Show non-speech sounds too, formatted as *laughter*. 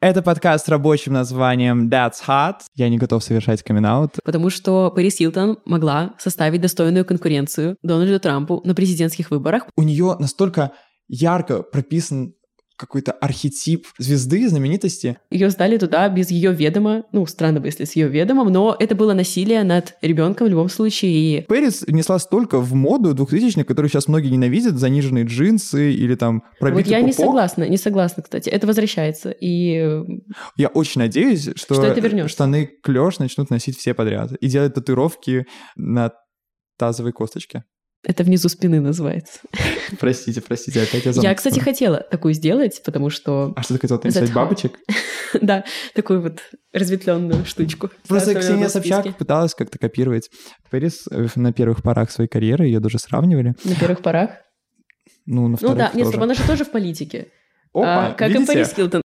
Это подкаст с рабочим названием That's Hot. Я не готов совершать камин Потому что Пэрис Хилтон могла составить достойную конкуренцию Дональду Трампу на президентских выборах. У нее настолько ярко прописан какой-то архетип звезды, знаменитости. Ее сдали туда без ее ведома. Ну, странно бы, если с ее ведомом, но это было насилие над ребенком в любом случае. И Пэрис внесла столько в моду 2000-х, которую сейчас многие ненавидят, заниженные джинсы или там пробитый вот я не пупок. согласна, не согласна, кстати. Это возвращается. И э, Я очень надеюсь, что, Что это вернётся. штаны клеш начнут носить все подряд и делать татуировки на тазовой косточке. это внизу спины называется. Простите, простите, опять я Я, замкнулся. кстати, хотела такую сделать, потому что, *laughs* А что ты хотел, ты That's написать hot. бабочек? да, такую вот разветвленную штучку. Просто Да, Ксения оставила в списке. Собчак пыталась как-то копировать Пэрис э, на первых порах своей карьеры, ее даже сравнивали. На первых порах. Ну, на Ну вторых да, нет, тоже. стоп, она же тоже в политике. Опа, А, как и видите? Пэрис Хилтон.